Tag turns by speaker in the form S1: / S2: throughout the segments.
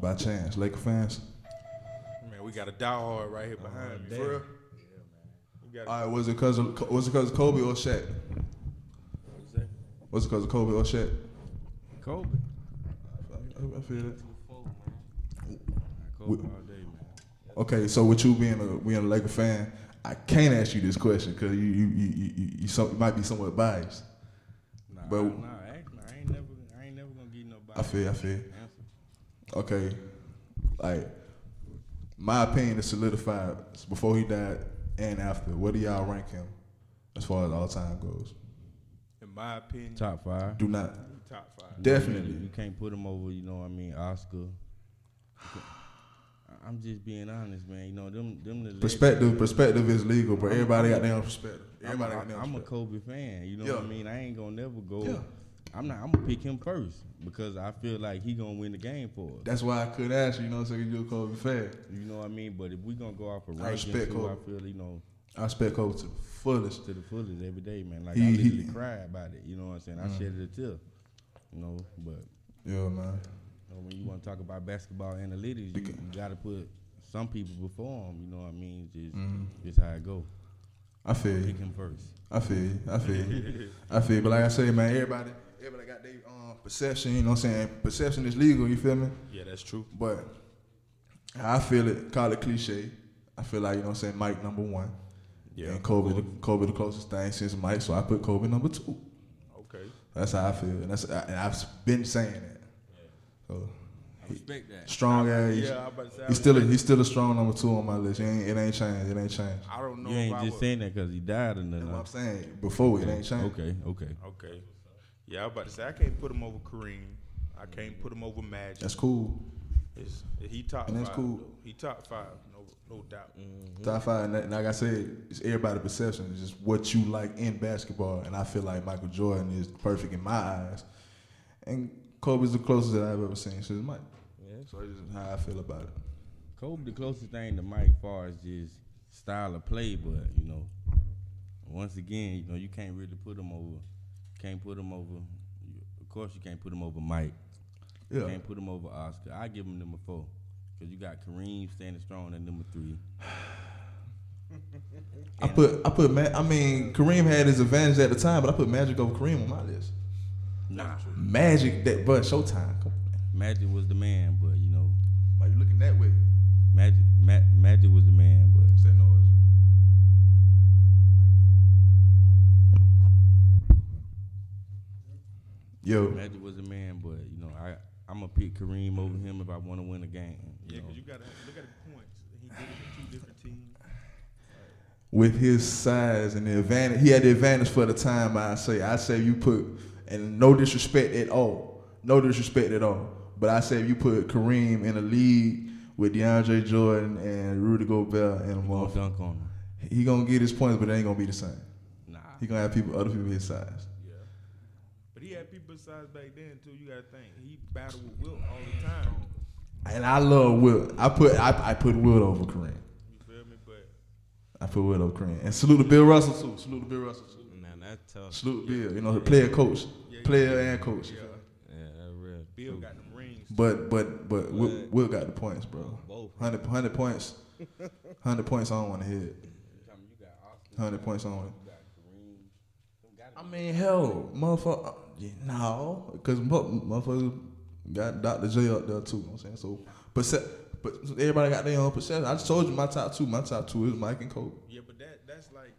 S1: by chance? Laker fans?
S2: Man, we got a diehard right here behind
S3: Oh,
S2: me.
S3: damn.
S2: For real? You got
S1: All right, was it because of was it because of Kobe or Shaq? Was it because of Kobe or Shaq?
S3: Kobe.
S1: I, I feel it.
S3: Kobe all day, man.
S1: Okay, so with you being a being a Laker fan, I can't ask you this question because you you you you, you, you, some, you might be somewhat biased.
S3: Nah,
S1: But-
S3: nah, actually, I ain't never, I ain't never gonna get nobody.
S1: I feel I feel.
S3: answer.
S1: okay, like my opinion is solidified before he died and after. Where do y'all rank him as far as all time goes?
S2: in my opinion, top,
S3: Top five.
S1: Do not
S2: five.
S3: You,
S1: definitely.
S3: can't put him over. You know what I mean? Oscar. You can't- I- I'm just being honest, man. You know them, them the
S1: Perspective perspective is legal, but everybody got their own perspective.
S3: I'm,
S1: Everybody got
S3: I'm,
S1: their
S3: I'm
S1: own
S3: a
S1: perspective.
S3: Kobe fan. You know what I
S1: Yeah.
S3: mean? I ain't gonna never go.
S1: Yeah.
S3: I'm not. I'm gonna pick him first because I feel like he gonna win the game for us.
S1: That's why I could ask you, you know, so you a Kobe fan.
S3: You know what I mean? But if we gonna go off a
S1: I
S3: ranking,
S1: respect
S3: too, I
S1: Kobe.
S3: feel you know
S1: I respect Kobe to the fullest.
S3: to the fullest every day, man. Like I
S1: He- he-
S3: literally cry about it. You know what I'm saying? I shed it a tear. You know, but
S1: Yeah, man.
S3: you know, when you want to talk about basketball analytics, you,
S1: Beca-
S3: you got to put some people before them. You know what I mean? Just,
S1: Mm.
S3: just how it go.
S1: Mm-hmm. I feel you.
S3: Pick him first.
S1: I feel you. I feel you. I feel you. But like I say, man, everybody everybody got their um, perception, you know what I'm saying? Perception is legal, you feel me?
S2: Yeah, that's true.
S1: But I feel it, call it cliche. I feel like, you know what I'm saying, Mike number one.
S2: Yeah.
S1: And Kobe the, Kobe the closest thing since Mike, so I put Kobe number two.
S2: Okay.
S1: That's how I feel. And that's and I've been saying that. So
S3: I respect that.
S1: strong ass.
S2: Yeah, I'm about to say. I
S1: He's still a,
S2: respect-
S1: he's still a strong number two on my list. It ain't, it ain't changed. It ain't changed.
S2: I don't know.
S3: You
S2: if
S3: ain't
S2: I
S3: just
S2: would-
S3: saying that because he died or
S1: That's
S3: nothing.
S1: what I'm saying. Before it ain't changed.
S3: Okay, okay.
S2: Okay. Yeah, I'm about to say I can't put him over Kareem. I can't put him over Magic.
S1: That's cool.
S2: It's, he top
S1: And that's
S2: five.
S1: cool.
S2: though. He top five, no no doubt.
S3: Mm,
S1: Top five, and that- and like I said, it's everybody's perception. It's just what you like in basketball, and I feel like Michael Jordan is perfect in my eyes, and Kobe's the closest that I've ever seen since Mike. So it's just how I feel about it.
S3: Kobe the closest thing to Mike far as just style of play, but you know, once again, you know, you can't really put him over. Can't put him over. you- Of course, you can't put him over Mike.
S1: Yeah,
S3: Can't put him over Oscar. I give him number four because you got Kareem standing strong at number three.
S1: I put I put Ma- I mean Kareem had his advantage at the time, but I put Magic over Kareem on my list.
S3: Nah,
S1: Magic, that but Showtime. Come on,
S3: Magic was the man, but you know,
S1: why you looking that way?
S3: Magic Ma- Magic was the man, but
S1: Say noise. Yo,
S3: Magic was the man, but you know, I I'm gonna pick Kareem over him if I want to win a game.
S2: Yeah,
S3: You know?
S2: because you got to look at the points. He did it with two different teams.
S1: with his size and the advantage. He had the advantage for the time. I say, I say you put, and no disrespect at all, no disrespect at all. But I say if you put Kareem in a lead with DeAndre Jordan and Rudy Gobert and him
S3: Gonna
S1: off,
S3: dunk on him.
S1: he gonna get his points, but it ain't gonna be the same.
S3: Nah,
S1: He gonna have people, other people his size.
S2: Yeah. But he had people besides back then, too. You got to think. He battled with Wilt all the time.
S1: And I love Will. I put I, I put Will over Kareem.
S2: You feel me? But
S1: I put Will over Kareem. And salute to Bill Russell too. Salute to Bill Russell. Too.
S4: Nah, that's tough.
S1: Salute Bill. You know, the player coach, player and coach.
S2: yeah,
S4: Yeah, that's real.
S2: Bill got them rings.
S1: But but but Will,
S4: What?
S1: Will got the points, bro.
S4: Both.
S1: 100, 100 points. 100 points I don't want to hit. 100 points I don't want I mean, hell, motherfucker. No, because motherfuckers got Dr. J up there too. You know what I'm saying? So, but, se- but everybody got their own perception. I just told you my top two. My top two is Mike and Kobe.
S2: Yeah, but that that's like,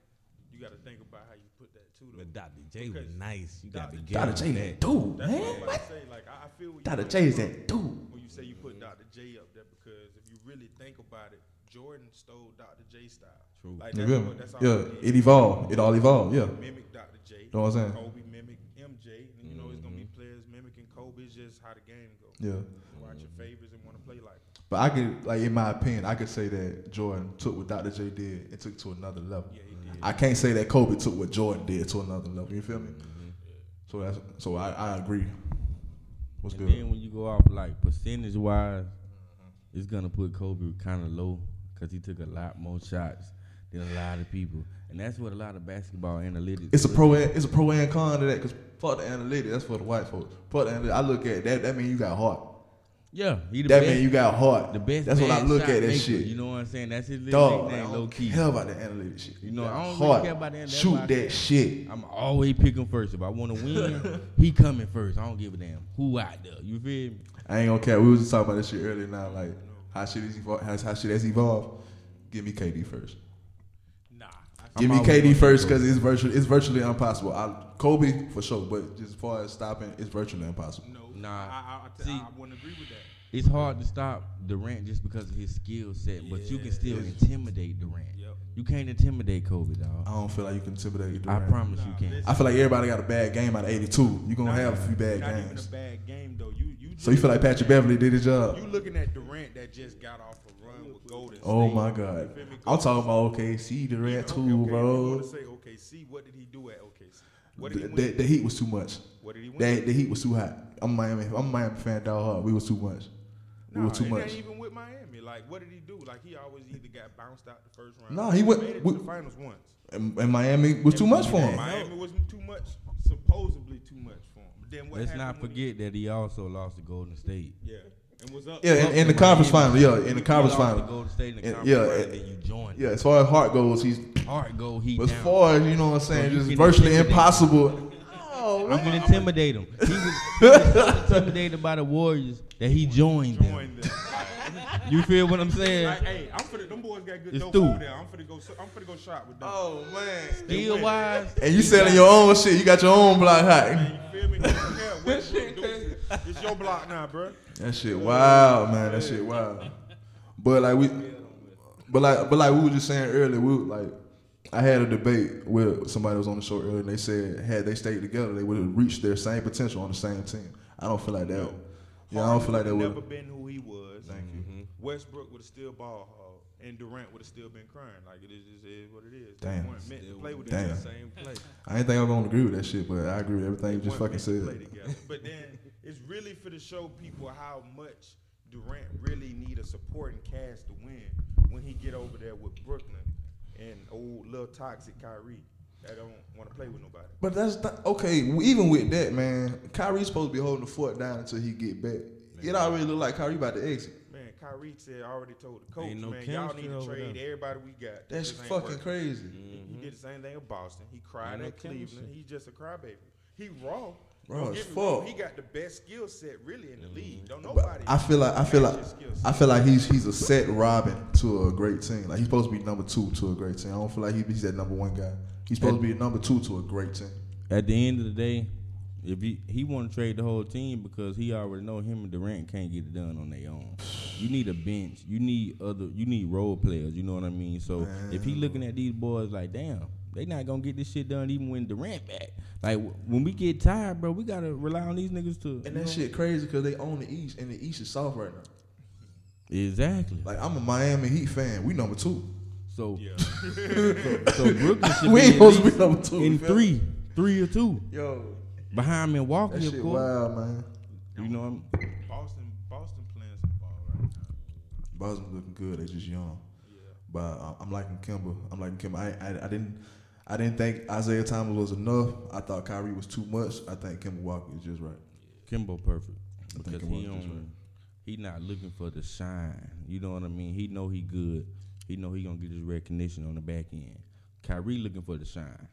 S2: you got to think about how you put that, too, though.
S4: But Dr. J was
S2: Because
S4: nice. You gotta be
S2: Dr.
S4: careful. with
S1: that
S4: that.
S1: dude,
S2: That's what I'm about to say. Like, I, I feel what you
S1: Dr.
S2: mean.
S1: J is that dude.
S2: when you say you put Dr. J up there because if you really think about it, Jordan stole Dr. J style.
S3: True.
S2: Like
S1: You
S2: that's,
S1: feel me?
S2: what, that's all
S1: Yeah,
S2: he
S1: it
S2: did.
S1: evolved. It all evolved. Yeah.
S2: Mimic Dr. J.
S1: Know what I'm saying?
S2: Kobe mimic MJ, and you know it's gonna be players mimicking Kobe. It's just how the game goes.
S1: Yeah.
S2: Watch your favorites and want to play like. him.
S1: But I could, like, in my opinion, I could say that Jordan took what Dr. J did and took to another level.
S2: Yeah, he did.
S1: I can't say that Kobe took what Jordan did to another level. You feel me?
S3: Mm-hmm.
S1: So that's so I, I agree. What's
S3: and
S1: good? Mm-hmm.
S3: then when you go off like percentage wise, it's gonna put Kobe kind of low because he took a lot more shots than a lot of people, and that's what a lot of basketball analytics.
S1: It's a
S3: look
S1: pro. And, it's a pro and con to that because fuck the analytics. That's for the white folks. Fuck the analytics. I look at that. That means you got heart.
S3: Yeah, he the
S1: That
S3: best.
S1: mean you got heart.
S3: the best.
S1: That's when I
S3: bad
S1: look
S3: shot
S1: at that
S3: maker,
S1: shit.
S3: You know what I'm saying? That's his little
S1: Dog,
S3: nickname,
S1: I
S3: low
S1: don't
S3: key.
S1: care about the analytics shit.
S3: You know,
S1: got
S3: I don't really
S1: heart.
S3: care about the analytics.
S1: Shoot
S3: I care-
S1: that shit.
S3: I'm always picking first. If I want to win, he coming first. I don't give a damn who out there. You feel me?
S1: I ain't gonna care. We was just talking about this shit earlier now. Like, how shit is evolved? How, how shit has evolved? Give me KD first.
S2: Nah. I-
S1: Give me
S3: always
S1: KD
S3: gonna
S1: first
S3: go.
S1: because it's virtually it's virtually impossible. I, Kobe for sure, but just as far as stopping, it's virtually impossible.
S2: No.
S3: Nah.
S2: I, I, I,
S3: See-
S2: I, I wouldn't agree with that.
S3: It's hard to stop Durant just because of his skill set, but you can still intimidate Durant.
S2: Yep.
S3: You can't intimidate Kobe, dog.
S1: I don't feel like you can intimidate.
S3: I
S1: Durant.
S3: promise you can.
S1: I feel like everybody got a bad game out of '82. You gonna
S2: Not
S1: have a few
S2: even-
S1: bad
S2: not even a
S1: games.
S2: bad game though. You you.
S1: So you feel like Patrick Beverly did his job.
S2: You looking at Durant that just got off a run with Golden
S1: Oh
S2: State.
S1: my God!
S2: You feel me?
S1: I'm talking about OKC, the red
S2: Okay,
S1: too,
S2: okay, You
S1: bro.
S2: want to say OKC? What did he do at OKC? What did
S1: The,
S2: he
S1: the,
S2: win?
S1: the heat was too much.
S2: what did he win?
S1: That the heat was too hot. I'm a Miami. I'm a Miami fan. Dog hard. We was too much. We were
S2: Nah,
S1: too
S2: it
S1: much.
S2: Ain't even with Miami. Like, what did he do? Like, he always either got bounced out the first round.
S1: Nah, he went-
S2: Made it
S1: we-
S2: to the finals once.
S1: And, and Miami was too much for him.
S2: Miami was too much. Supposedly too much for him. But then what?
S3: Let's
S2: happened
S3: not
S2: when
S3: forget that he also lost to Golden State.
S2: He, yeah, and was up.
S1: Yeah, in, in the conference final. Yeah, in the
S3: He
S1: conference
S3: lost to
S1: final.
S3: Golden State in the
S1: And-
S3: conference
S1: yeah,
S3: final,
S1: and-
S3: then you joined.
S1: Yeah, as far as heart goes, he's
S3: Hard go, he
S1: as
S3: down.
S1: far as you know what I'm saying,
S3: So you
S1: just
S3: can
S1: virtually
S3: intimidate.
S1: impossible.
S3: I'm gonna intimidate him. He was, he was so intimidated by the Warriors that he joined them.
S2: Joined them.
S3: You feel what I'm saying?
S2: Like, hey, I'm finna. Them boys got good
S3: It's
S2: dope
S3: through.
S2: over there. I'm finna go. I'm finna go shop with them.
S1: Oh man.
S3: Skill wise,
S1: And you selling your own shit. You got your own block hot.
S2: Man, you feel me? Yeah, what you do? It's your block now, bro.
S1: That shit wild, man. That shit wild. But like we, but like but like we were just saying earlier, we were like I had a debate with somebody that was on the show earlier, and they said had they stayed together, they would have reached their same potential on the same team. I don't feel like that. Yeah, I don't feel like that
S2: Never
S1: would.
S2: been who he was. Thank you. Westbrook would have still ball hog, and Durant would have still been crying. Like it is, it is what it is.
S1: Damn.
S2: They weren't meant to play with each
S1: Damn.
S2: other.
S4: Same place.
S1: I ain't think I'm gonna agree with that shit, but I agree with everything you just
S2: weren't
S1: fucking
S2: meant to
S1: said.
S2: play together. But then it's really for to show people how much Durant really need a supporting cast to win when he get over there with Brooklyn and old little toxic Kyrie that don't want to play with nobody.
S1: But that's not, okay. Even with that, man, Kyrie's supposed to be holding the fort down until he get back. It already look like Kyrie about to exit.
S2: Man, Kyrie said already told the coach,
S4: Ain't no
S2: man, y'all
S4: chemistry
S2: need to
S4: over
S2: trade
S4: there. Mm-hmm.
S2: everybody we got.
S1: That's
S2: This ain't
S1: fucking
S2: working.
S1: crazy.
S2: He did the same thing in Boston. He cried
S4: Ain't no
S2: at Cleveland.
S4: chemistry.
S2: He's just a crybaby. He raw.
S1: Raw
S2: Don't
S1: as
S2: get me wrong,
S1: fuck.
S2: He got the best skill set really
S4: Mm-hmm.
S2: in the league. Don't
S1: But
S2: nobody.
S1: I feel like I feel like
S2: match his skill set.
S1: I feel like he's he's a set Robin to a great team. Like he's supposed to be number two to a great team. I don't feel like he- he's that number one guy. He's supposed to be a number two to a great team.
S3: at the end of the day, if he he want to trade the whole team because he already know him and Durant can't get it done on their own. You need a bench. You need other. You need role players. You know what I mean. So if he looking at these boys like, damn, they not gonna get this shit done even when Durant back. Like w- when we get tired, bro, we gotta rely on these niggas to.
S1: And
S3: you
S1: that
S3: know?
S1: shit crazy because they own the East and the East is soft right now.
S3: Exactly.
S1: Like I'm a Miami Heat fan. We number two.
S3: So
S2: Yeah.
S3: so Brooklyn should
S1: We
S3: be
S1: ain't
S3: at
S1: supposed to
S3: least
S1: be number two.
S3: in
S1: you feel me?
S3: three, three or two
S1: Yo,
S3: behind
S1: that
S3: Milwaukee, of
S1: shit
S3: course.
S1: wild, man.
S3: You know what I'm.
S2: Boston, Boston playing some ball right now.
S1: Boston looking good. They just young. But uh, I'm liking Kimba. I'm liking Kimba. I, I I didn't I didn't think Isaiah Thomas was enough. I thought Kyrie was too much. I think Kimba Walker is just right.
S3: Kimbo perfect
S1: I think
S3: because
S1: Kimbo
S3: he
S1: is right.
S3: on, he not looking for the shine. You know what I mean? He know he good. He know he gonna get his recognition on the back end. Kyrie looking for the shine.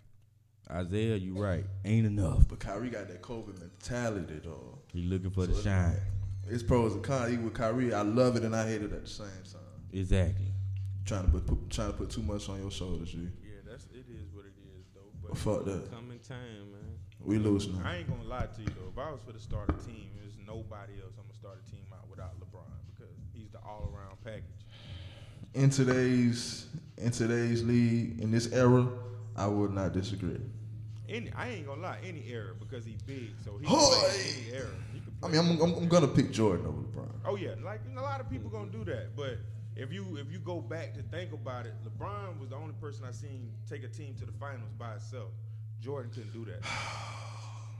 S3: Isaiah, you right. Ain't enough.
S1: But Kyrie got that COVID mentality though.
S3: He looking for the shine.
S1: It's pros and cons. Even with Kyrie, I love it and I hate it at the same time.
S3: Exactly.
S1: Trying to put, put trying to put too much on your shoulders, G.
S2: Yeah, that's it is what it is though. But
S1: Fuck that.
S4: Coming time, man.
S1: We losing.
S2: I ain't gonna lie to you though. If I was for to start a team, there's nobody else I'm gonna start a team out without LeBron because he's the all around package.
S1: In today's in today's league in this era, I would not disagree.
S2: Any, I ain't gonna lie, any era because he big, so he can
S1: Hoy!
S2: play any era. He can
S1: I
S2: play
S1: mean, I'm, I'm, I'm gonna pick Jordan over LeBron.
S2: Oh yeah, like and a lot of people gonna do that. But if you if you go back to think about it, LeBron was the only person I seen take a team to the finals by himself. Jordan couldn't do that.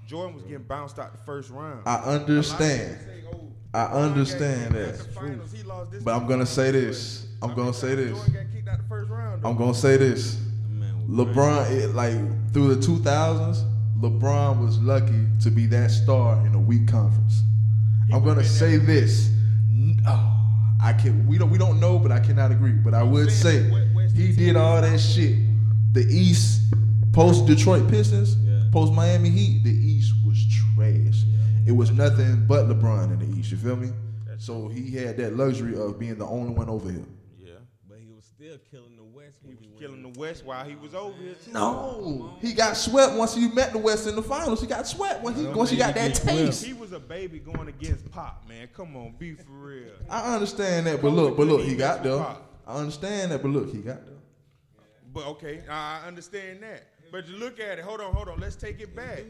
S2: Jordan was getting bounced out the first round.
S1: I
S2: A lot of people
S1: understand.
S2: say, "Oh,
S1: I
S2: LeBron got
S1: understand
S2: kicked
S1: that.
S2: out the finals. He lost this
S1: But I'm
S2: game."
S1: gonna say this.
S2: But,
S1: I'm
S2: I
S1: gonna
S2: mean,
S1: say this.
S2: Jordan got kicked out the first round. though.
S1: I'm gonna say this.
S4: That Man, was
S1: LeBron, it, like through the 2000s, LeBron was lucky to be that star in a weak conference.
S2: He
S1: I'm
S2: would've
S1: gonna
S2: been
S1: say
S2: that-
S1: this. oh, I can. We don't. We don't know, but I cannot agree. But I would
S2: saying
S1: say
S2: the West- West
S1: he
S2: team
S1: did all that shit. The East, post Detroit Pistons, post Miami Heat, the East was trash. It was nothing but LeBron in the East. You feel me? So he had that luxury of being the only one over here.
S2: Yeah.
S5: But he was still killing the West. When he was
S2: Killing the West while he was over here too.
S1: No, he got swept once he met the West in the finals. He got swept when he
S3: don't
S1: once he
S3: think
S1: got
S3: he
S1: that
S3: get swept.
S1: taste.
S2: He was a baby going against Pop, man. Come on, be for real.
S1: I understand that, but look, but look, he got there.
S2: Pop.
S1: I understand that, but look, he got there.
S2: But okay, I I understand that. But you look at it. Hold on, hold on. Let's take it back.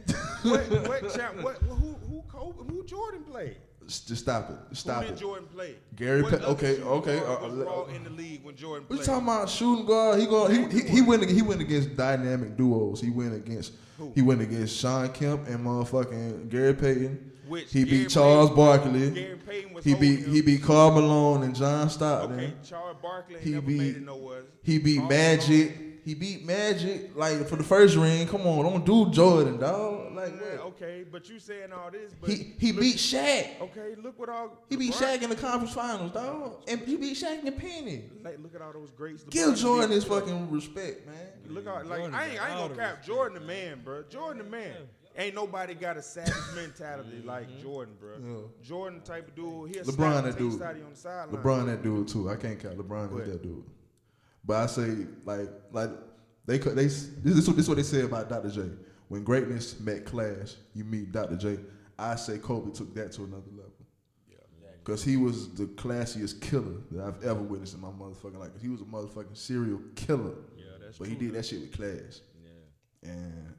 S2: what, what, champ, what, who, who, Kobe, who Jordan played?
S1: S- Just stop it. Stop
S2: who did
S1: it.
S2: Jordan play?
S1: Gary
S2: What
S1: Pe-
S2: other
S1: okay,
S2: shooting
S1: okay,
S2: guard
S1: uh,
S2: was
S1: uh,
S2: raw in the league when Jordan
S1: We
S2: played.
S1: talking about shooting guard. He going. He, he, he went. He went against dynamic duos. He went against. He went against Sean Kemp and motherfucking Gary Payton.
S2: Which
S1: he
S2: Gary
S1: beat Charles
S2: Payton- Gary
S1: Barkley.
S2: Payton was
S1: He beat
S2: holding
S1: he
S2: him.
S1: beat Carl Malone and John Stockton.
S2: Okay, Charles Barkley ain't
S1: He
S2: never
S1: beat-
S2: made it nowhere.
S1: He beat
S2: All
S1: Magic. He beat Magic like for the first ring. Come on, don't do Jordan, dog. Like
S2: Yeah,
S1: what?
S2: okay, but you saying all this, but
S1: He he
S2: look-
S1: beat Shaq.
S2: Okay, look what all
S1: He beat
S2: LeBron-
S1: Shaq in the conference finals, dog. And he beat Shaq in the penny.
S2: Like, look at all those greats.
S1: Give
S2: LeBron
S1: Jordan
S2: beat.
S1: his fucking respect, man.
S2: Look out, like
S5: Jordan
S2: I ain't,
S5: got
S2: I ain't
S5: all
S2: gonna
S5: the
S2: cap Jordan the man, bro. Jordan the man. Ain't nobody got a savage mentality like Jordan, bro.
S1: Yeah.
S2: Jordan type of dude. He'll
S1: LeBron
S2: stop and
S1: that
S2: take
S1: dude.
S2: Saudi on the sideline.
S1: LeBron that dude too. I can't count LeBron
S2: But-
S1: is that dude. But I say like like they could they this is what- this is what they say about Dr. J. When greatness met class, you meet Dr. J. I say Kobe took that to another level. Cause he was the classiest killer that I've ever witnessed in my motherfucking life. 'Cause he was a motherfucking serial killer. Yeah,
S2: that's
S1: But he did that shit with class. Yeah. And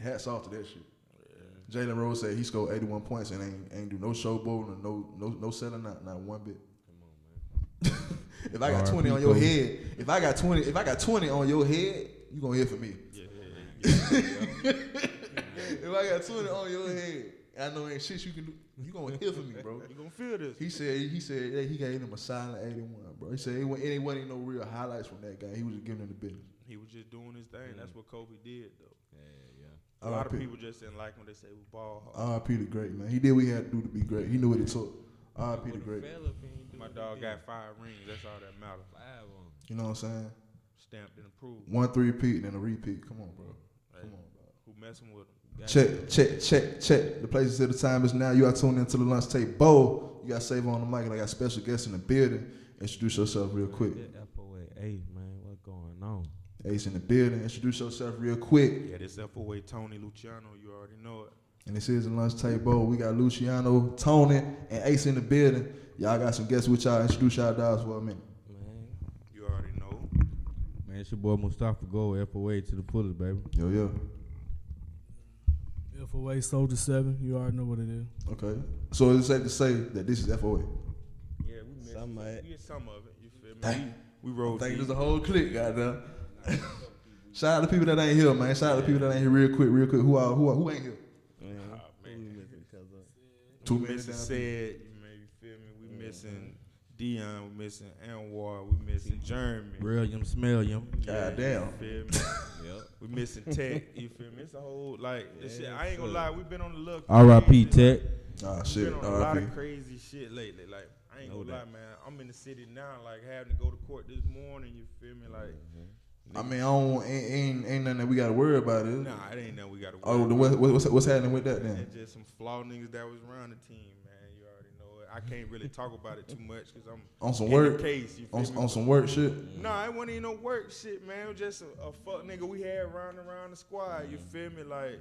S1: hats off to that shit. Jalen Rose said he scored 81 points and ain't ain't do no showboating or no no no selling out not one bit. if I got 20 on your head, if I got 20, if I got 20 on your head, you gonna hear from me. if I got 20 on your head, I know ain't shit you can do. You gonna hear from me, bro.
S2: You gonna feel this?
S1: He said he said that he gave him a silent 81, bro. He said it wasn't, it wasn't no real highlights from that guy. He was just giving him the business.
S2: He was just doing his thing. That's what Kobe did, though. A lot of
S1: R.I.P.
S2: people just didn't like when they say we ball hard.
S1: R.I.P. the great man. He did what he had to do to be great. He knew what it took. R.I.P. the great.
S3: Uh,
S2: My dog got five rings. That's all that matters.
S5: five on.
S1: You know what I'm saying?
S2: Stamped and approved.
S1: One three peat and then a repeat. Come on, bro. Come on, bro.
S2: Who messing with him?
S1: Check, check, check, check. The places at the time is now. You are tuned into the lunch tape. Bo, you got save on the mic, and I got special guests in the building. Introduce yourself real quick.
S5: FOA. Hey man, what going on?
S1: Ace in the building. Introduce yourself real quick.
S2: Yeah, this FOA Tony Luciano. You already know it.
S1: And this is the lunch table. We got Luciano, Tony, and Ace in the building. Y'all got some guests with y'all. Introduce y'all dogs for a minute.
S5: Man,
S2: You already know.
S3: Man, it's your boy Mustafa Go, FOA to the fullest, baby.
S1: Yo, yo.
S6: FOA Soldier 7, you already know what it is.
S1: Okay. So it's safe to say that this is FOA.
S2: Yeah, we missed
S5: Some
S2: some,
S5: of it.
S2: we did some of it. You feel me?
S1: Dang.
S2: We rolled.
S1: Thank you.
S2: deep.
S1: There's a whole clique, goddamn. Shout out to people that ain't here, man. Shout out to people that ain't here real quick, real quick. Who are, who are, who ain't here?
S5: Ah,
S1: Two
S2: we
S1: minutes
S2: missing
S1: down.
S2: said, you man, you feel me? We missing Dion, we missing Anwar, we missing Jeremy.
S3: Real yum, smell yum.
S2: Yeah,
S1: Goddamn.
S2: You feel me? we missing Tech. You feel me? It's a whole like this shit. I ain't gonna lie, we've been on the look.
S3: R.I.P. Tech.
S1: Ah,
S2: We've
S1: shit.
S2: been on a lot
S1: RIP.
S2: of crazy shit lately. Like I ain't gonna lie, man. I'm in the city now, like having to go to court this morning. You feel me? Like
S1: I mean, I don't, want- ain't, ain't, ain't nothing that we got to worry about. Is it?
S2: nah, it ain't that we gotta.
S1: Oh,
S2: worry
S1: the, what, what's, what's happening with that then?
S2: And just some flaw niggas that was around the team, man. You already know it. I can't really talk about it too much because I'm
S1: On some
S2: in the
S1: work?
S2: case. You feel
S1: On,
S2: me?
S1: on some work shit?
S2: Nah, it wasn't even no work shit, man. It was just a, a fuck nigga we had round around the squad. You
S1: Mm.
S2: feel me? Like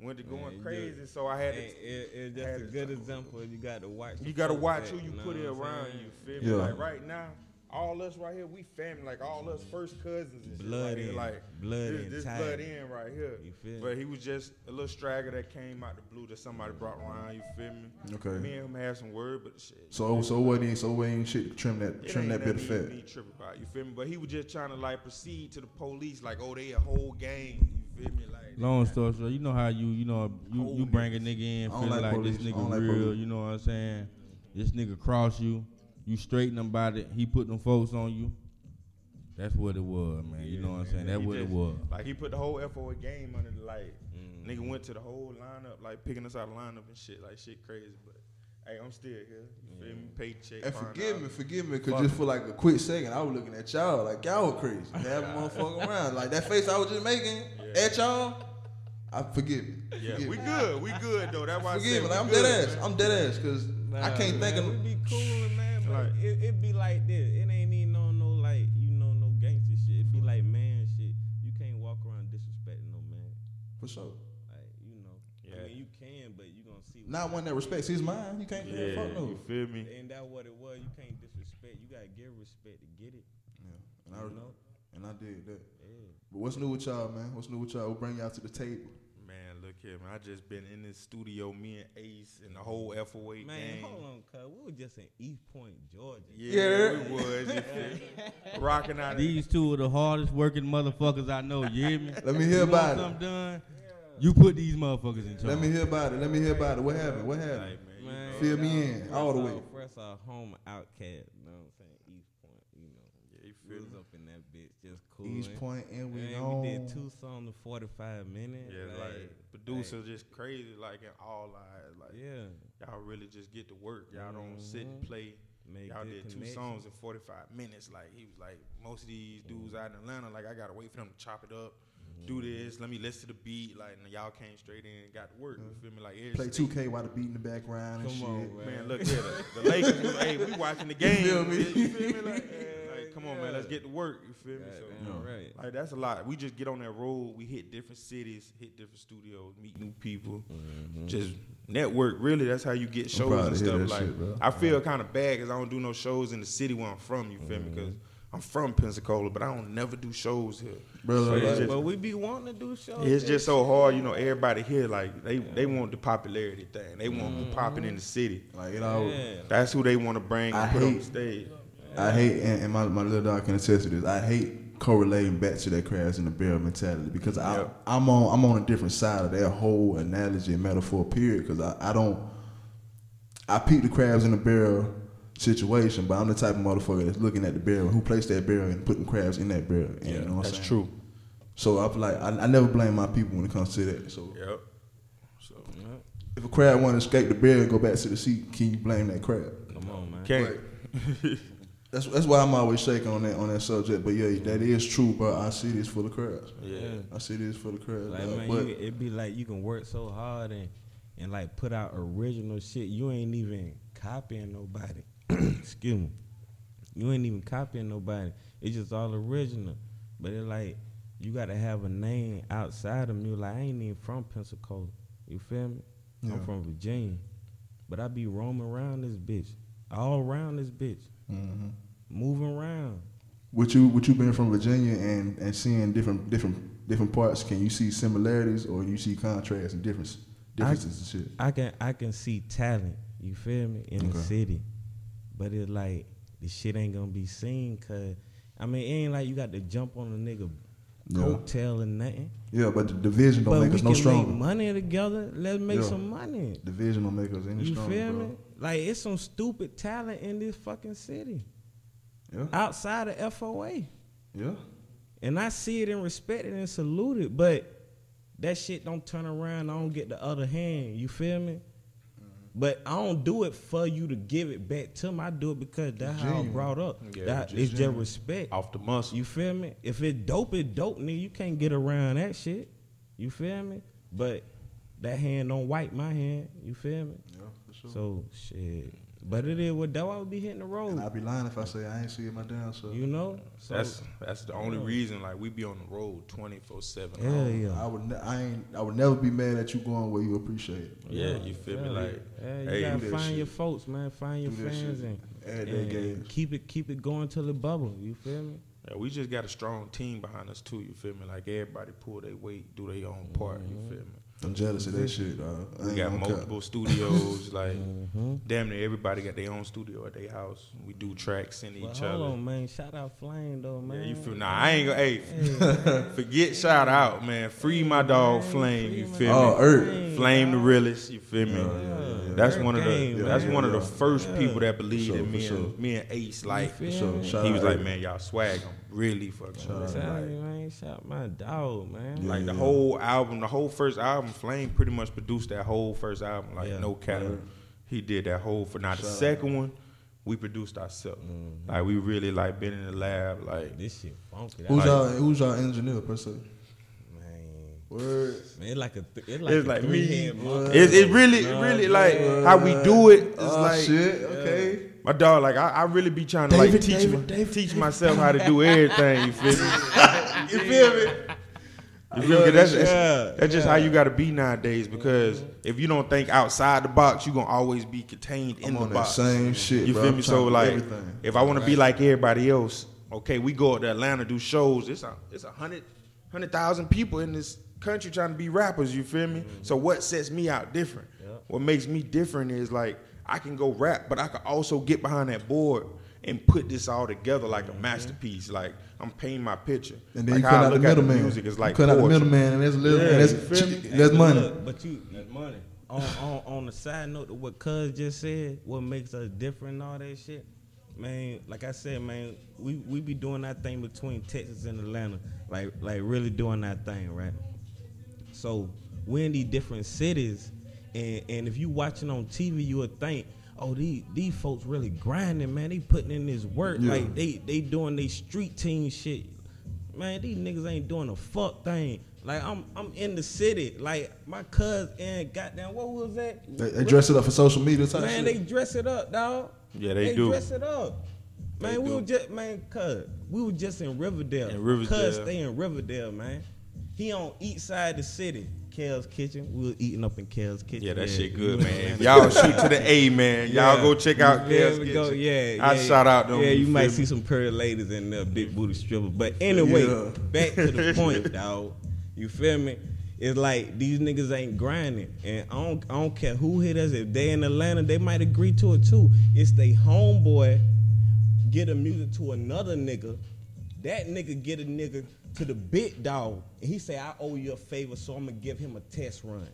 S2: went to going
S5: you-
S2: crazy, so I had
S5: Hey,
S2: to.
S5: it, it's
S2: had
S5: just a
S2: to
S5: good
S2: talk.
S5: example. You got to watch. the
S2: You gotta
S5: folk
S2: watch
S5: that,
S2: who you
S5: know
S2: put
S5: what
S2: it
S5: I'm
S2: around
S5: saying?
S2: you. Feel me?
S1: Yeah.
S2: Like right now, all us right here, we family. Like all us first cousins and
S5: Blood
S2: shit.
S5: in.
S2: Like, that. like
S5: Blood
S2: this,
S5: in
S2: this
S5: tight.
S2: blood in right here.
S5: You feel me?
S2: But he was just a little straggler that came out the blue that somebody brought around. You feel me?
S1: Okay.
S2: Me and him had some word, but shit.
S1: So so what ain't so what ain't shit to trim that
S2: It
S1: trim that
S2: ain't
S1: bit of
S2: nothing
S1: fat.
S2: Me, me tripping about you feel me, but he was just trying to like proceed to the police like, oh they a whole gang. You feel me? Like
S3: Long story short, you know how you you know you, you bring a nigga in
S1: I don't
S3: feeling
S1: like
S3: like, this
S1: police. I
S3: nigga
S1: don't like
S3: real,
S1: police.
S3: you know what I'm saying? This nigga cross you, you straighten him about it, he put them folks on you. That's what it was, man. you know what I'm saying? That's
S2: He
S3: what it
S2: just-
S3: was.
S2: Like he put the whole FOA game under the light. Nigga went to the whole lineup, like picking us out of lineup and shit, like shit crazy. But Hey, I'm still here. You feel me? Paycheck.
S1: And
S2: find
S1: forgive
S2: out.
S1: me, forgive me, because just for like a quick second, I was looking at y'all like y'all were crazy. That motherfucker around. Like that face I was just making at y'all, I forgive me.
S2: Yeah,
S1: forgive
S2: we
S1: me.
S2: good. We good though. That's why I
S1: Forgive
S2: said
S1: me.
S2: we
S1: Like, I'm
S2: good,
S1: dead ass.
S2: man.
S1: I'm dead ass because I can't think of.
S5: We be coolin', man, but
S2: Right.
S5: it, it be like this. It ain't even on no like you know no gangster shit. It be like man shit. You can't walk around disrespecting no man.
S1: For sure.
S5: Like you know,
S2: Yeah.
S5: I mean you can, but you gonna see.
S1: Not one that respects his mind. You can't.
S2: Yeah,
S1: Yeah, fuck no.
S2: you feel me?
S5: And that what it was. You can't disrespect. You gotta give respect to get it.
S1: Yeah. And
S5: You
S1: I,
S5: know.
S1: and I did that.
S5: Yeah.
S1: But what's new with y'all, man? What's new with y'all? We'll bring y'all to the table.
S2: Man, look here, man. I just been in this studio, me and Ace and the whole FOA
S5: Man,
S2: gang.
S5: hold on, cuz. We were just in East Point, Georgia.
S2: Yeah,
S1: Yeah.
S2: we was. you feel me? Rocking out.
S3: These two are the hardest working motherfuckers I know. You hear me?
S1: Let me hear
S3: You want
S1: about it.
S3: something done? You put these motherfuckers in charge.
S1: Let me hear about it. Let me hear about it. What happened? What happened?
S2: Like, man, you
S5: Man,
S2: know,
S1: Fill me in
S5: Fresh
S1: all the
S5: off-
S1: way.
S5: Fresh off home outcast, you know what I'm saying? East Point, you know.
S2: yeah, you
S5: We
S2: feel
S5: was
S2: me?
S5: up in that bitch, just cool.
S1: East Point and we
S5: Man,
S1: on.
S5: we did two songs in 45 minutes.
S2: Yeah,
S5: like,
S2: like producers just crazy, like in all lives. Like
S5: yeah.
S2: y'all really just get to work. Y'all don't sit and
S5: Mhm.
S2: play.
S5: Make
S2: y'all
S5: good
S2: did two
S5: connections.
S2: songs in 45 minutes. Like he was like, most of these
S5: Mm-hmm.
S2: dudes out in Atlanta, like I gotta wait for them to chop it up, do this. Let me listen to the beat. Like and y'all came straight in and got to work.
S5: Mm-hmm.
S2: You feel me? Like every
S1: Play
S2: state-
S1: 2K while the beat in the background and
S5: Come
S1: shit.
S5: on, man.
S2: Man, look here. The, the Lakers, was, hey, we watching the game.
S1: feel me?
S2: You feel me? Like, like, come on, man, let's get to work. You feel me? So,
S5: Goddamn right.
S2: like that's a lot. We just get on that road. We hit different cities, hit different studios, meet new people, just network. Really, that's how you get
S1: Mm-hmm. proud
S2: shows and
S1: to hear
S2: stuff.
S1: that
S2: Like
S1: shit, bro.
S2: I feel kind of bad because I don't do no shows in the city where I'm from. You feel me?
S1: Mm-hmm.
S2: Because I'm from Pensacola, but I don't never do shows here.
S1: Brother,
S2: So it's
S1: like-
S2: just-
S5: But we be wanting to do shows.
S2: it's just so hard, you know. Everybody here, like they, they want the popularity thing. They want
S1: Mm-hmm.
S2: who popping in the city.
S1: Like it all.
S5: Yeah.
S2: That's who they want to bring and
S1: I
S2: put on
S1: hate-
S2: stage.
S1: I hate, and, and my, my little dog can attest to this. I hate correlating back to that crabs in the barrel mentality because I
S2: Yep.
S1: I'm on I'm on a different side of that whole analogy and metaphor period because I, I don't I peep the crabs in the barrel situation, but I'm the type of motherfucker that's looking at the barrel who placed that barrel and putting crabs in that barrel. And, you know what I'm
S2: that's
S1: saying?
S2: true.
S1: So I feel like I, I never blame my people when it comes to that. So
S2: Yep. So
S1: if a crab want to escape the barrel and go back to the sea, can you blame that crab?
S5: Come on, man.
S2: can't.
S1: That's that's why I'm always shaking on that on that subject. But yeah, that is true, bro. Our city is full of crabs.
S2: Yeah.
S1: Our city is full of crabs.
S5: Like
S1: dog.
S5: man,
S1: but
S5: you, it be like you can work so hard and and like put out original shit. You ain't even copying nobody. Excuse me. You ain't even copying nobody. It's just all original. But it like you gotta have a name outside of me. Like I ain't even from Pensacola. You feel me?
S1: Yeah.
S5: I'm from Virginia. But I be roaming around this bitch. All around this bitch.
S1: mhm.
S5: Moving around.
S1: with you with you being from Virginia and, and seeing different different different parts, can you see similarities or you see contrasts and difference differences and shit?
S5: I can I can see talent. You feel me in
S1: Okay.
S5: the city, but it's like the shit ain't gonna be seen. Cause I mean, it ain't like you got to jump on a nigga
S1: Yeah.
S5: coattail and nothing.
S1: Yeah, but the division don't
S5: but
S1: make
S5: we
S1: us
S5: can
S1: no stronger.
S5: make money together. Let's make
S1: Yeah.
S5: some money.
S1: division don't make us any
S5: You
S1: stronger.
S5: feel
S1: bro.
S5: me? Like it's some stupid talent in this fucking city
S1: Yeah,
S5: outside of FOA,
S1: yeah.
S5: and I see it and respect it and salute it. But that shit don't turn around. I don't get the other hand. You feel me? But I don't do it for you to give it back to me. I do it because that's how I'm
S1: Genuine.
S5: brought up.
S2: Yeah,
S5: that,
S2: just
S5: it's just
S1: genuine.
S5: respect.
S2: Off the muscle.
S5: You feel me? If it dope, it dope, nigga. You can't get around that shit. You feel me? But that hand don't wipe my hand. You feel me?
S1: Yeah, for sure.
S5: So shit. But it is what that why we be hitting the
S1: and I'd
S5: road.
S1: be lying if I say I ain't seeing my downside.
S5: You know? So
S2: that's that's the only
S5: Yeah.
S2: reason. Like we be on the road twenty four seven.
S5: hell yeah.
S1: I would ne- I ain't I would never be mad at you going where you appreciate it.
S2: Yeah, you feel me?
S5: Yeah,
S2: Like
S5: yeah, you
S2: hey,
S5: gotta
S2: do that
S5: find
S2: shit.
S5: your folks, man. Find your
S1: Do that
S5: fans
S1: shit.
S5: and,
S1: Add that
S5: and
S1: gas.
S5: keep it keep it going till the bubble. You feel me?
S2: Yeah, we just got a strong team behind us too. You feel me? Like everybody pull their weight, do their own part.
S5: Mm-hmm.
S2: You feel me?
S1: I'm jealous of that shit, dog. I
S2: We
S1: ain't
S2: got
S1: gonna cap.
S2: multiple studios. Like
S5: Mm-hmm.
S2: damn near everybody got their own studio at their house. We do tracks in
S5: But
S2: each
S5: hold
S2: other.
S5: on, man. Shout out Flame though, man.
S2: Yeah, you feel nah? I ain't gonna. Hey, forget shout out, man. Free my dog, Flame. You feel me?
S1: Oh, Earth.
S2: Flame the realest. You feel me? That's
S5: Earth
S2: one of the.
S5: game,
S2: that's
S1: man.
S2: one of the
S1: Yeah.
S2: first people that believed
S1: sure,
S2: in me.
S1: for
S2: And, me and Ace, like
S5: feel
S1: So,
S5: me?
S1: shout
S2: he
S1: out
S2: was like,
S1: Earth.
S2: man, y'all swag. I'm really fucking.
S1: out
S2: with it."
S5: Tell me,
S2: Like,
S5: man. Shout my dog, man.
S1: Yeah.
S2: like the whole album, the whole first album, Flame pretty much produced that whole first album. Like
S5: Yeah.
S2: no cap. He did that whole for now. The second one, we produced ourselves.
S1: Mm-hmm.
S2: Like we really like been in the lab. Like
S5: This shit funky.
S1: Who's
S5: That-
S1: y'all? Who's y'all engineer per se?
S5: man,
S1: Word.
S5: man, it's like a, th- it's like,
S2: it's
S5: a
S2: like
S5: three
S2: me.
S5: head monkey.
S2: It's it really, it really like how we do it. It's
S1: Oh,
S2: like
S1: shit. Okay.
S2: My dog, like I, I really be trying to like
S1: David,
S2: teach
S1: David,
S2: my-
S1: David,
S2: teach myself how to do everything. You feel me?
S1: You feel me?
S2: You feel me? 'Cause That's, that's,
S5: Yeah,
S2: that's just how you got to be nowadays. Because if you don't think outside the box, you are gonna always be contained in
S1: I'm
S2: the
S1: on that
S2: box.
S1: same shit.
S2: You
S1: bro.
S2: feel
S1: I'm
S2: me?
S1: trying
S2: So
S1: to do
S2: like,
S1: everything.
S2: if I want to be like everybody else, okay, we go out to Atlanta do shows. It's a it's a hundred hundred thousand people in this country trying to be rappers. You feel me? So what sets me out different? What makes me different is like I can go rap, but I can also get behind that board and put this all together like a masterpiece. Like I'm painting my picture.
S1: And then
S2: Like
S1: you
S2: how
S1: cut
S2: I
S1: out the
S2: look at
S1: middleman.
S2: Music is like
S1: you cut out the
S2: poetry.
S1: middleman, and that's little, and
S2: you
S1: that's
S2: feel me?
S1: that's money.
S5: Look, But you,
S3: That's money.
S5: on, on on the side note of what Cuz just said, what makes us different and all that shit, man. Like I said, man, we we be doing our thing between Texas and Atlanta, like like really doing our thing, right? So we're in these different cities, and and if you watching on TV, you would think. Oh, these, these folks really grinding, man. They putting in this work.
S1: Yeah.
S5: Like they they doing they street team shit. Man, these niggas ain't doing a fuck thing. Like I'm I'm in the city. Like my cuz and goddamn what was that?
S1: They, they dress it up for social media type
S5: Man, they
S1: shit.
S5: dress it up, dog.
S2: Yeah, they do.
S5: dress it up. Man, we
S2: do.
S5: were just man, cuz we were just in Riverdale.
S2: In Riverdale.
S5: Cuz stay in Riverdale, man. He on each side of the city. Kel's kitchen. We were eating up in Kel's kitchen.
S2: Yeah, that shit good, man.
S5: you know
S2: If
S5: what I'm
S2: y'all shoot to the A, man. Y'all
S5: Yeah.
S2: go check out
S5: There
S2: Kel's
S5: we go.
S2: Kitchen.
S5: Yeah,
S2: I
S5: yeah.
S2: shout out them.
S5: Yeah, you might
S2: feel
S5: see
S2: me?
S5: some pretty ladies in there, big booty stripper. But anyway,
S1: Yeah.
S5: back to the point, dog. You feel me? It's like these niggas ain't grinding, and I don't, I don't care who hit us. If they in Atlanta, they might agree to it too. It's they homeboy get a music to another nigga. That nigga get a nigga to the big dog, and he say, "I owe you a favor, so I'm gonna give him a test run."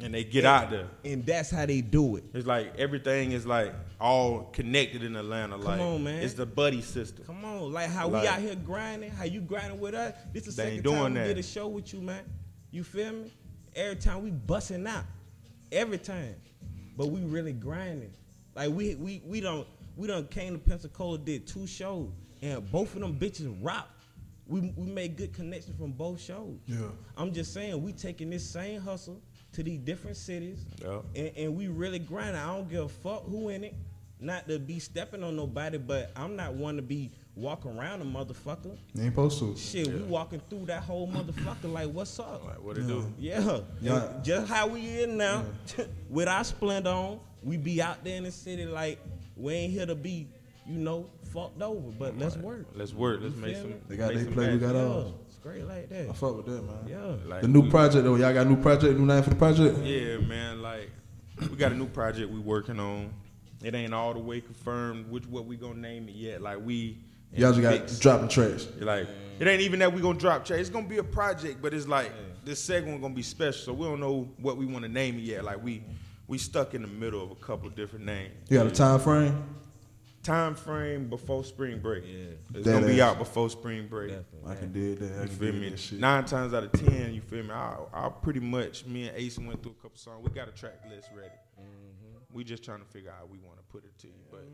S2: and they get out there.
S5: And that's how they do it.
S2: It's like everything is like all connected in Atlanta. like
S5: on, man.
S2: it's the buddy system.
S5: Come on, like how
S2: Like-
S5: we out here grinding, how you grinding with us. This is the
S2: They
S5: second
S2: ain't doing
S5: time we
S2: that.
S5: did a show with you, man. You feel me? Every time we busting out, every time, but we really grinding. Like we we we don't we don't came to Pensacola did two shows and both of them bitches rock. We we made good connection from both shows.
S1: Yeah.
S5: I'm just saying we taking this same hustle to these different cities,
S2: Yeah.
S5: and, and we really grinding. I don't give a fuck who in it. Not to be stepping on nobody, but I'm not one to be walking around a motherfucker.
S1: They ain't supposed to.
S5: Shit, we walking through that whole motherfucker like, what's up?
S2: Like what it do?
S5: Yeah,
S1: Yeah.
S5: And just how we in now, with our splendor on, we be out there in the city like we ain't here to be, you know, fucked over. But let's work.
S2: Let's work. Let's
S5: You
S2: make
S5: feel
S2: some.
S5: me?
S1: They got
S2: make
S1: they
S2: some
S1: play. We
S2: magic.
S1: got
S5: yeah,
S1: ours.
S5: it's great like
S1: I
S5: that.
S1: fuck with that, man.
S5: Yeah,
S2: Like,
S1: The new
S2: we-
S1: project though, y'all got a new project, new name for the project.
S2: Yeah, man. Like we got a new project we working on. It ain't all the way confirmed which what we gonna name it yet. Like we
S1: Y'all just got
S2: fixed.
S1: dropping tracks.
S2: Like it ain't even that we gonna drop track. It's gonna be a project, but it's like this second one gonna be special. So we don't know what we want to name it yet. Like we we stuck in the middle of a couple different names.
S1: You got a time frame?
S2: Time frame before spring break.
S5: Yeah.
S2: It's
S1: That
S2: gonna be
S1: ass.
S2: out before spring break.
S5: definitely.
S1: I can dig that. I can
S2: You feel
S1: dig
S2: me?
S1: that shit.
S2: Nine times out of ten, you feel me? I, I pretty much, me and Ace went through a couple songs. We got a track list ready.
S5: Mm-hmm.
S2: We just trying to figure out how we want to put it to you. But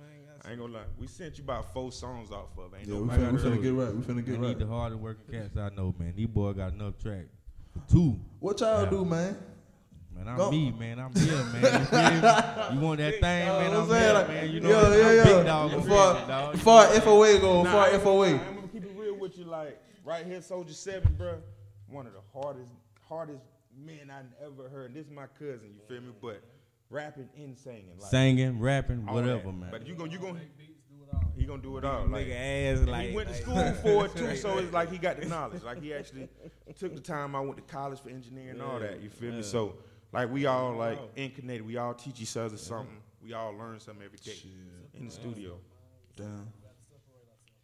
S2: I ain't gonna lie, we sent you about four songs off of. it. Ain't
S1: Yeah, we
S2: nobody
S1: finna, we
S2: heard
S1: finna
S2: it.
S1: get right. We finna
S3: They
S1: get
S3: need the
S1: right.
S3: hardest working cats I know, man. These boy got enough track for two.
S1: What y'all do, man?
S3: Man, I'm
S1: Go.
S3: me, man. I'm here, man. You, feel me? You want that thing, man? I'm
S1: what saying?
S3: here,
S1: Like,
S3: man. You know,
S1: yeah, yeah,
S3: I'm
S1: yeah.
S3: big dog. I'm big
S1: Before,
S3: dog.
S1: before FOA go,
S2: Nah,
S1: before
S2: I'm gonna-
S1: FOA.
S2: I'm gonna keep it real with you. Like right here, Soldier Seven, bro. One of the hardest, hardest men I ever heard. This is my cousin. You feel me? But rapping and singing, like
S3: Singing, rapping,
S2: all that.
S3: whatever, man.
S2: But you gonna, you gonna, he gonna do it all. Like,
S5: Nigga ass like
S2: he went to
S5: like-
S2: school for it too, so it's like he got the knowledge. Like he actually took the time. I went to college for engineering and all that. You feel me? So like we all like incarnated. We all teach each other something. We all learn something every day in the studio.
S1: Damn.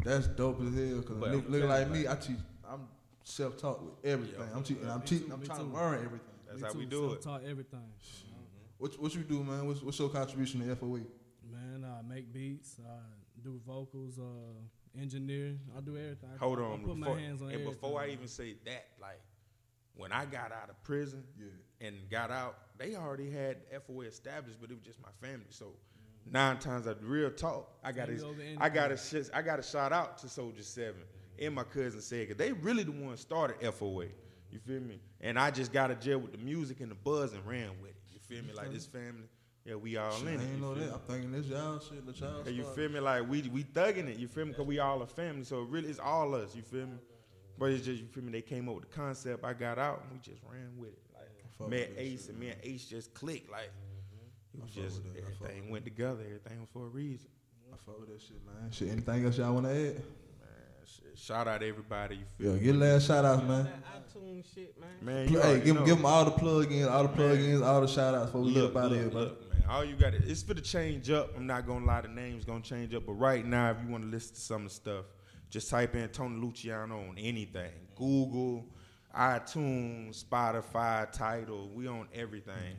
S1: That's dope as hell. Cause
S2: But
S1: a
S2: I'm
S1: nigga, nigga like me, I teach. I'm self-taught with everything. I'm teaching. I'm teaching. I'm
S6: Me
S1: trying to
S6: too.
S1: learn everything.
S2: That's
S6: Me
S2: how we
S6: too,
S2: do it.
S6: Self-taught everything.
S1: What what you do, man? What's, what's your contribution to FOA?
S6: Man, I make beats. I do vocals. Uh, engineer. I do everything. I-
S2: Hold
S6: I
S2: on.
S6: put my
S2: before-
S6: hands on
S2: and before I
S6: everything.
S2: even say that, like when I got out of prison
S1: Yeah.
S2: and got out, they already had FOA established, but it was just my family. So nine times out of real talk, I got
S6: You
S2: his,
S6: over in-
S2: I got a shit, I got a shout out to Soldier Seven and my cousin Sega. They really the ones started FOA. You feel me? And I just got a jail with the music and the buzz and ran with it. You feel me? Like this family, yeah, we all
S1: Shit, I
S2: in it.
S1: ain't
S2: Oh, you
S1: know
S2: feel
S1: that. I'm thinking this y'all shit, the child.
S2: Hey, you
S1: started.
S2: feel me? Like we we thugging it. You feel me? Cause we all a family. So it really, it's all us. You feel me? But it's just you feel me. They came up with the concept. I got out and we just ran with it.
S1: fuck
S2: Like met
S1: with that
S2: Ace
S1: shit,
S2: and me and Ace just clicked. Like it was
S1: fuck
S2: just
S1: with that. I fuck
S2: everything went together. Everything was for a reason.
S1: I fuck with that shit, man. Shit, anything else y'all want to add?
S2: Man, shit. Shout out everybody. You feel
S1: Yeah,
S2: me?
S1: get last shout outs, man.
S5: That iTunes shit, man.
S2: Man, you
S1: Pl- Hey,
S2: already
S1: give,
S2: know.
S1: give them all the plug-ins, all the plug-ins, all the shout-outs before we
S2: look,
S1: get up out
S2: look,
S1: of here, bro.
S2: look, man. All you got to it's for the change up. I'm not gonna lie, the name's gonna change up. But right now, if you want to listen to some of the stuff, just type in Tony Luciano on anything, Google, iTunes, Spotify, Title. We on everything,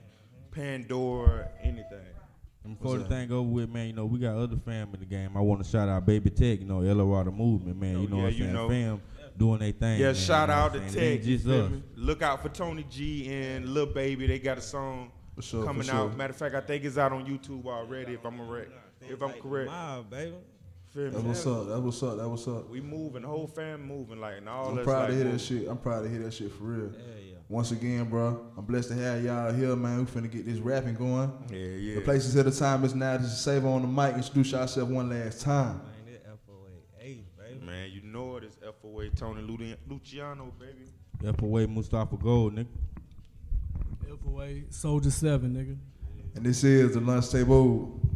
S2: Pandora, anything.
S3: And before the thing over with, man, you know, we got other fam in the game. I want to shout out Baby Tech, you know, Eldorado Movement, man. You
S2: Oh,
S3: know
S2: yeah,
S3: what I'm
S2: you
S3: saying?
S2: know.
S3: Fam doing their thing.
S2: Yeah,
S3: man,
S2: shout
S3: you know
S2: out
S3: what
S2: to
S3: I'm saying?
S2: Tech.
S3: Ain't
S2: you
S3: Just
S2: feel
S3: us.
S2: me? Look out for Tony G and Lil Baby. They got a song
S1: For sure, for
S2: coming
S1: sure.
S2: out. Matter of fact, I think it's out on YouTube already. If I'm correct, if I'm correct,
S5: Wow, baby.
S2: feel
S1: That
S2: me?
S1: what's up. That what's up. That what's up.
S2: We moving, the whole fam moving, like, and all
S1: I'm
S2: that's
S1: proud
S2: like,
S1: to hear
S2: moving.
S1: that shit. I'm proud to hear that shit for real.
S5: Hell yeah.
S1: Once again, bro, I'm blessed to have y'all here, man. We finna get this rapping going.
S2: Yeah, yeah.
S1: The places at the time is now. This is Save on the mic. Introduce yourself one last time.
S5: Man, that FOA. Hey, baby.
S2: Man, you know it is FOA Tony Lu- Luciano, baby.
S3: Up away Mustafa Gold, nigga.
S6: FOA Soldier Seven, nigga.
S1: And this is the lunch table.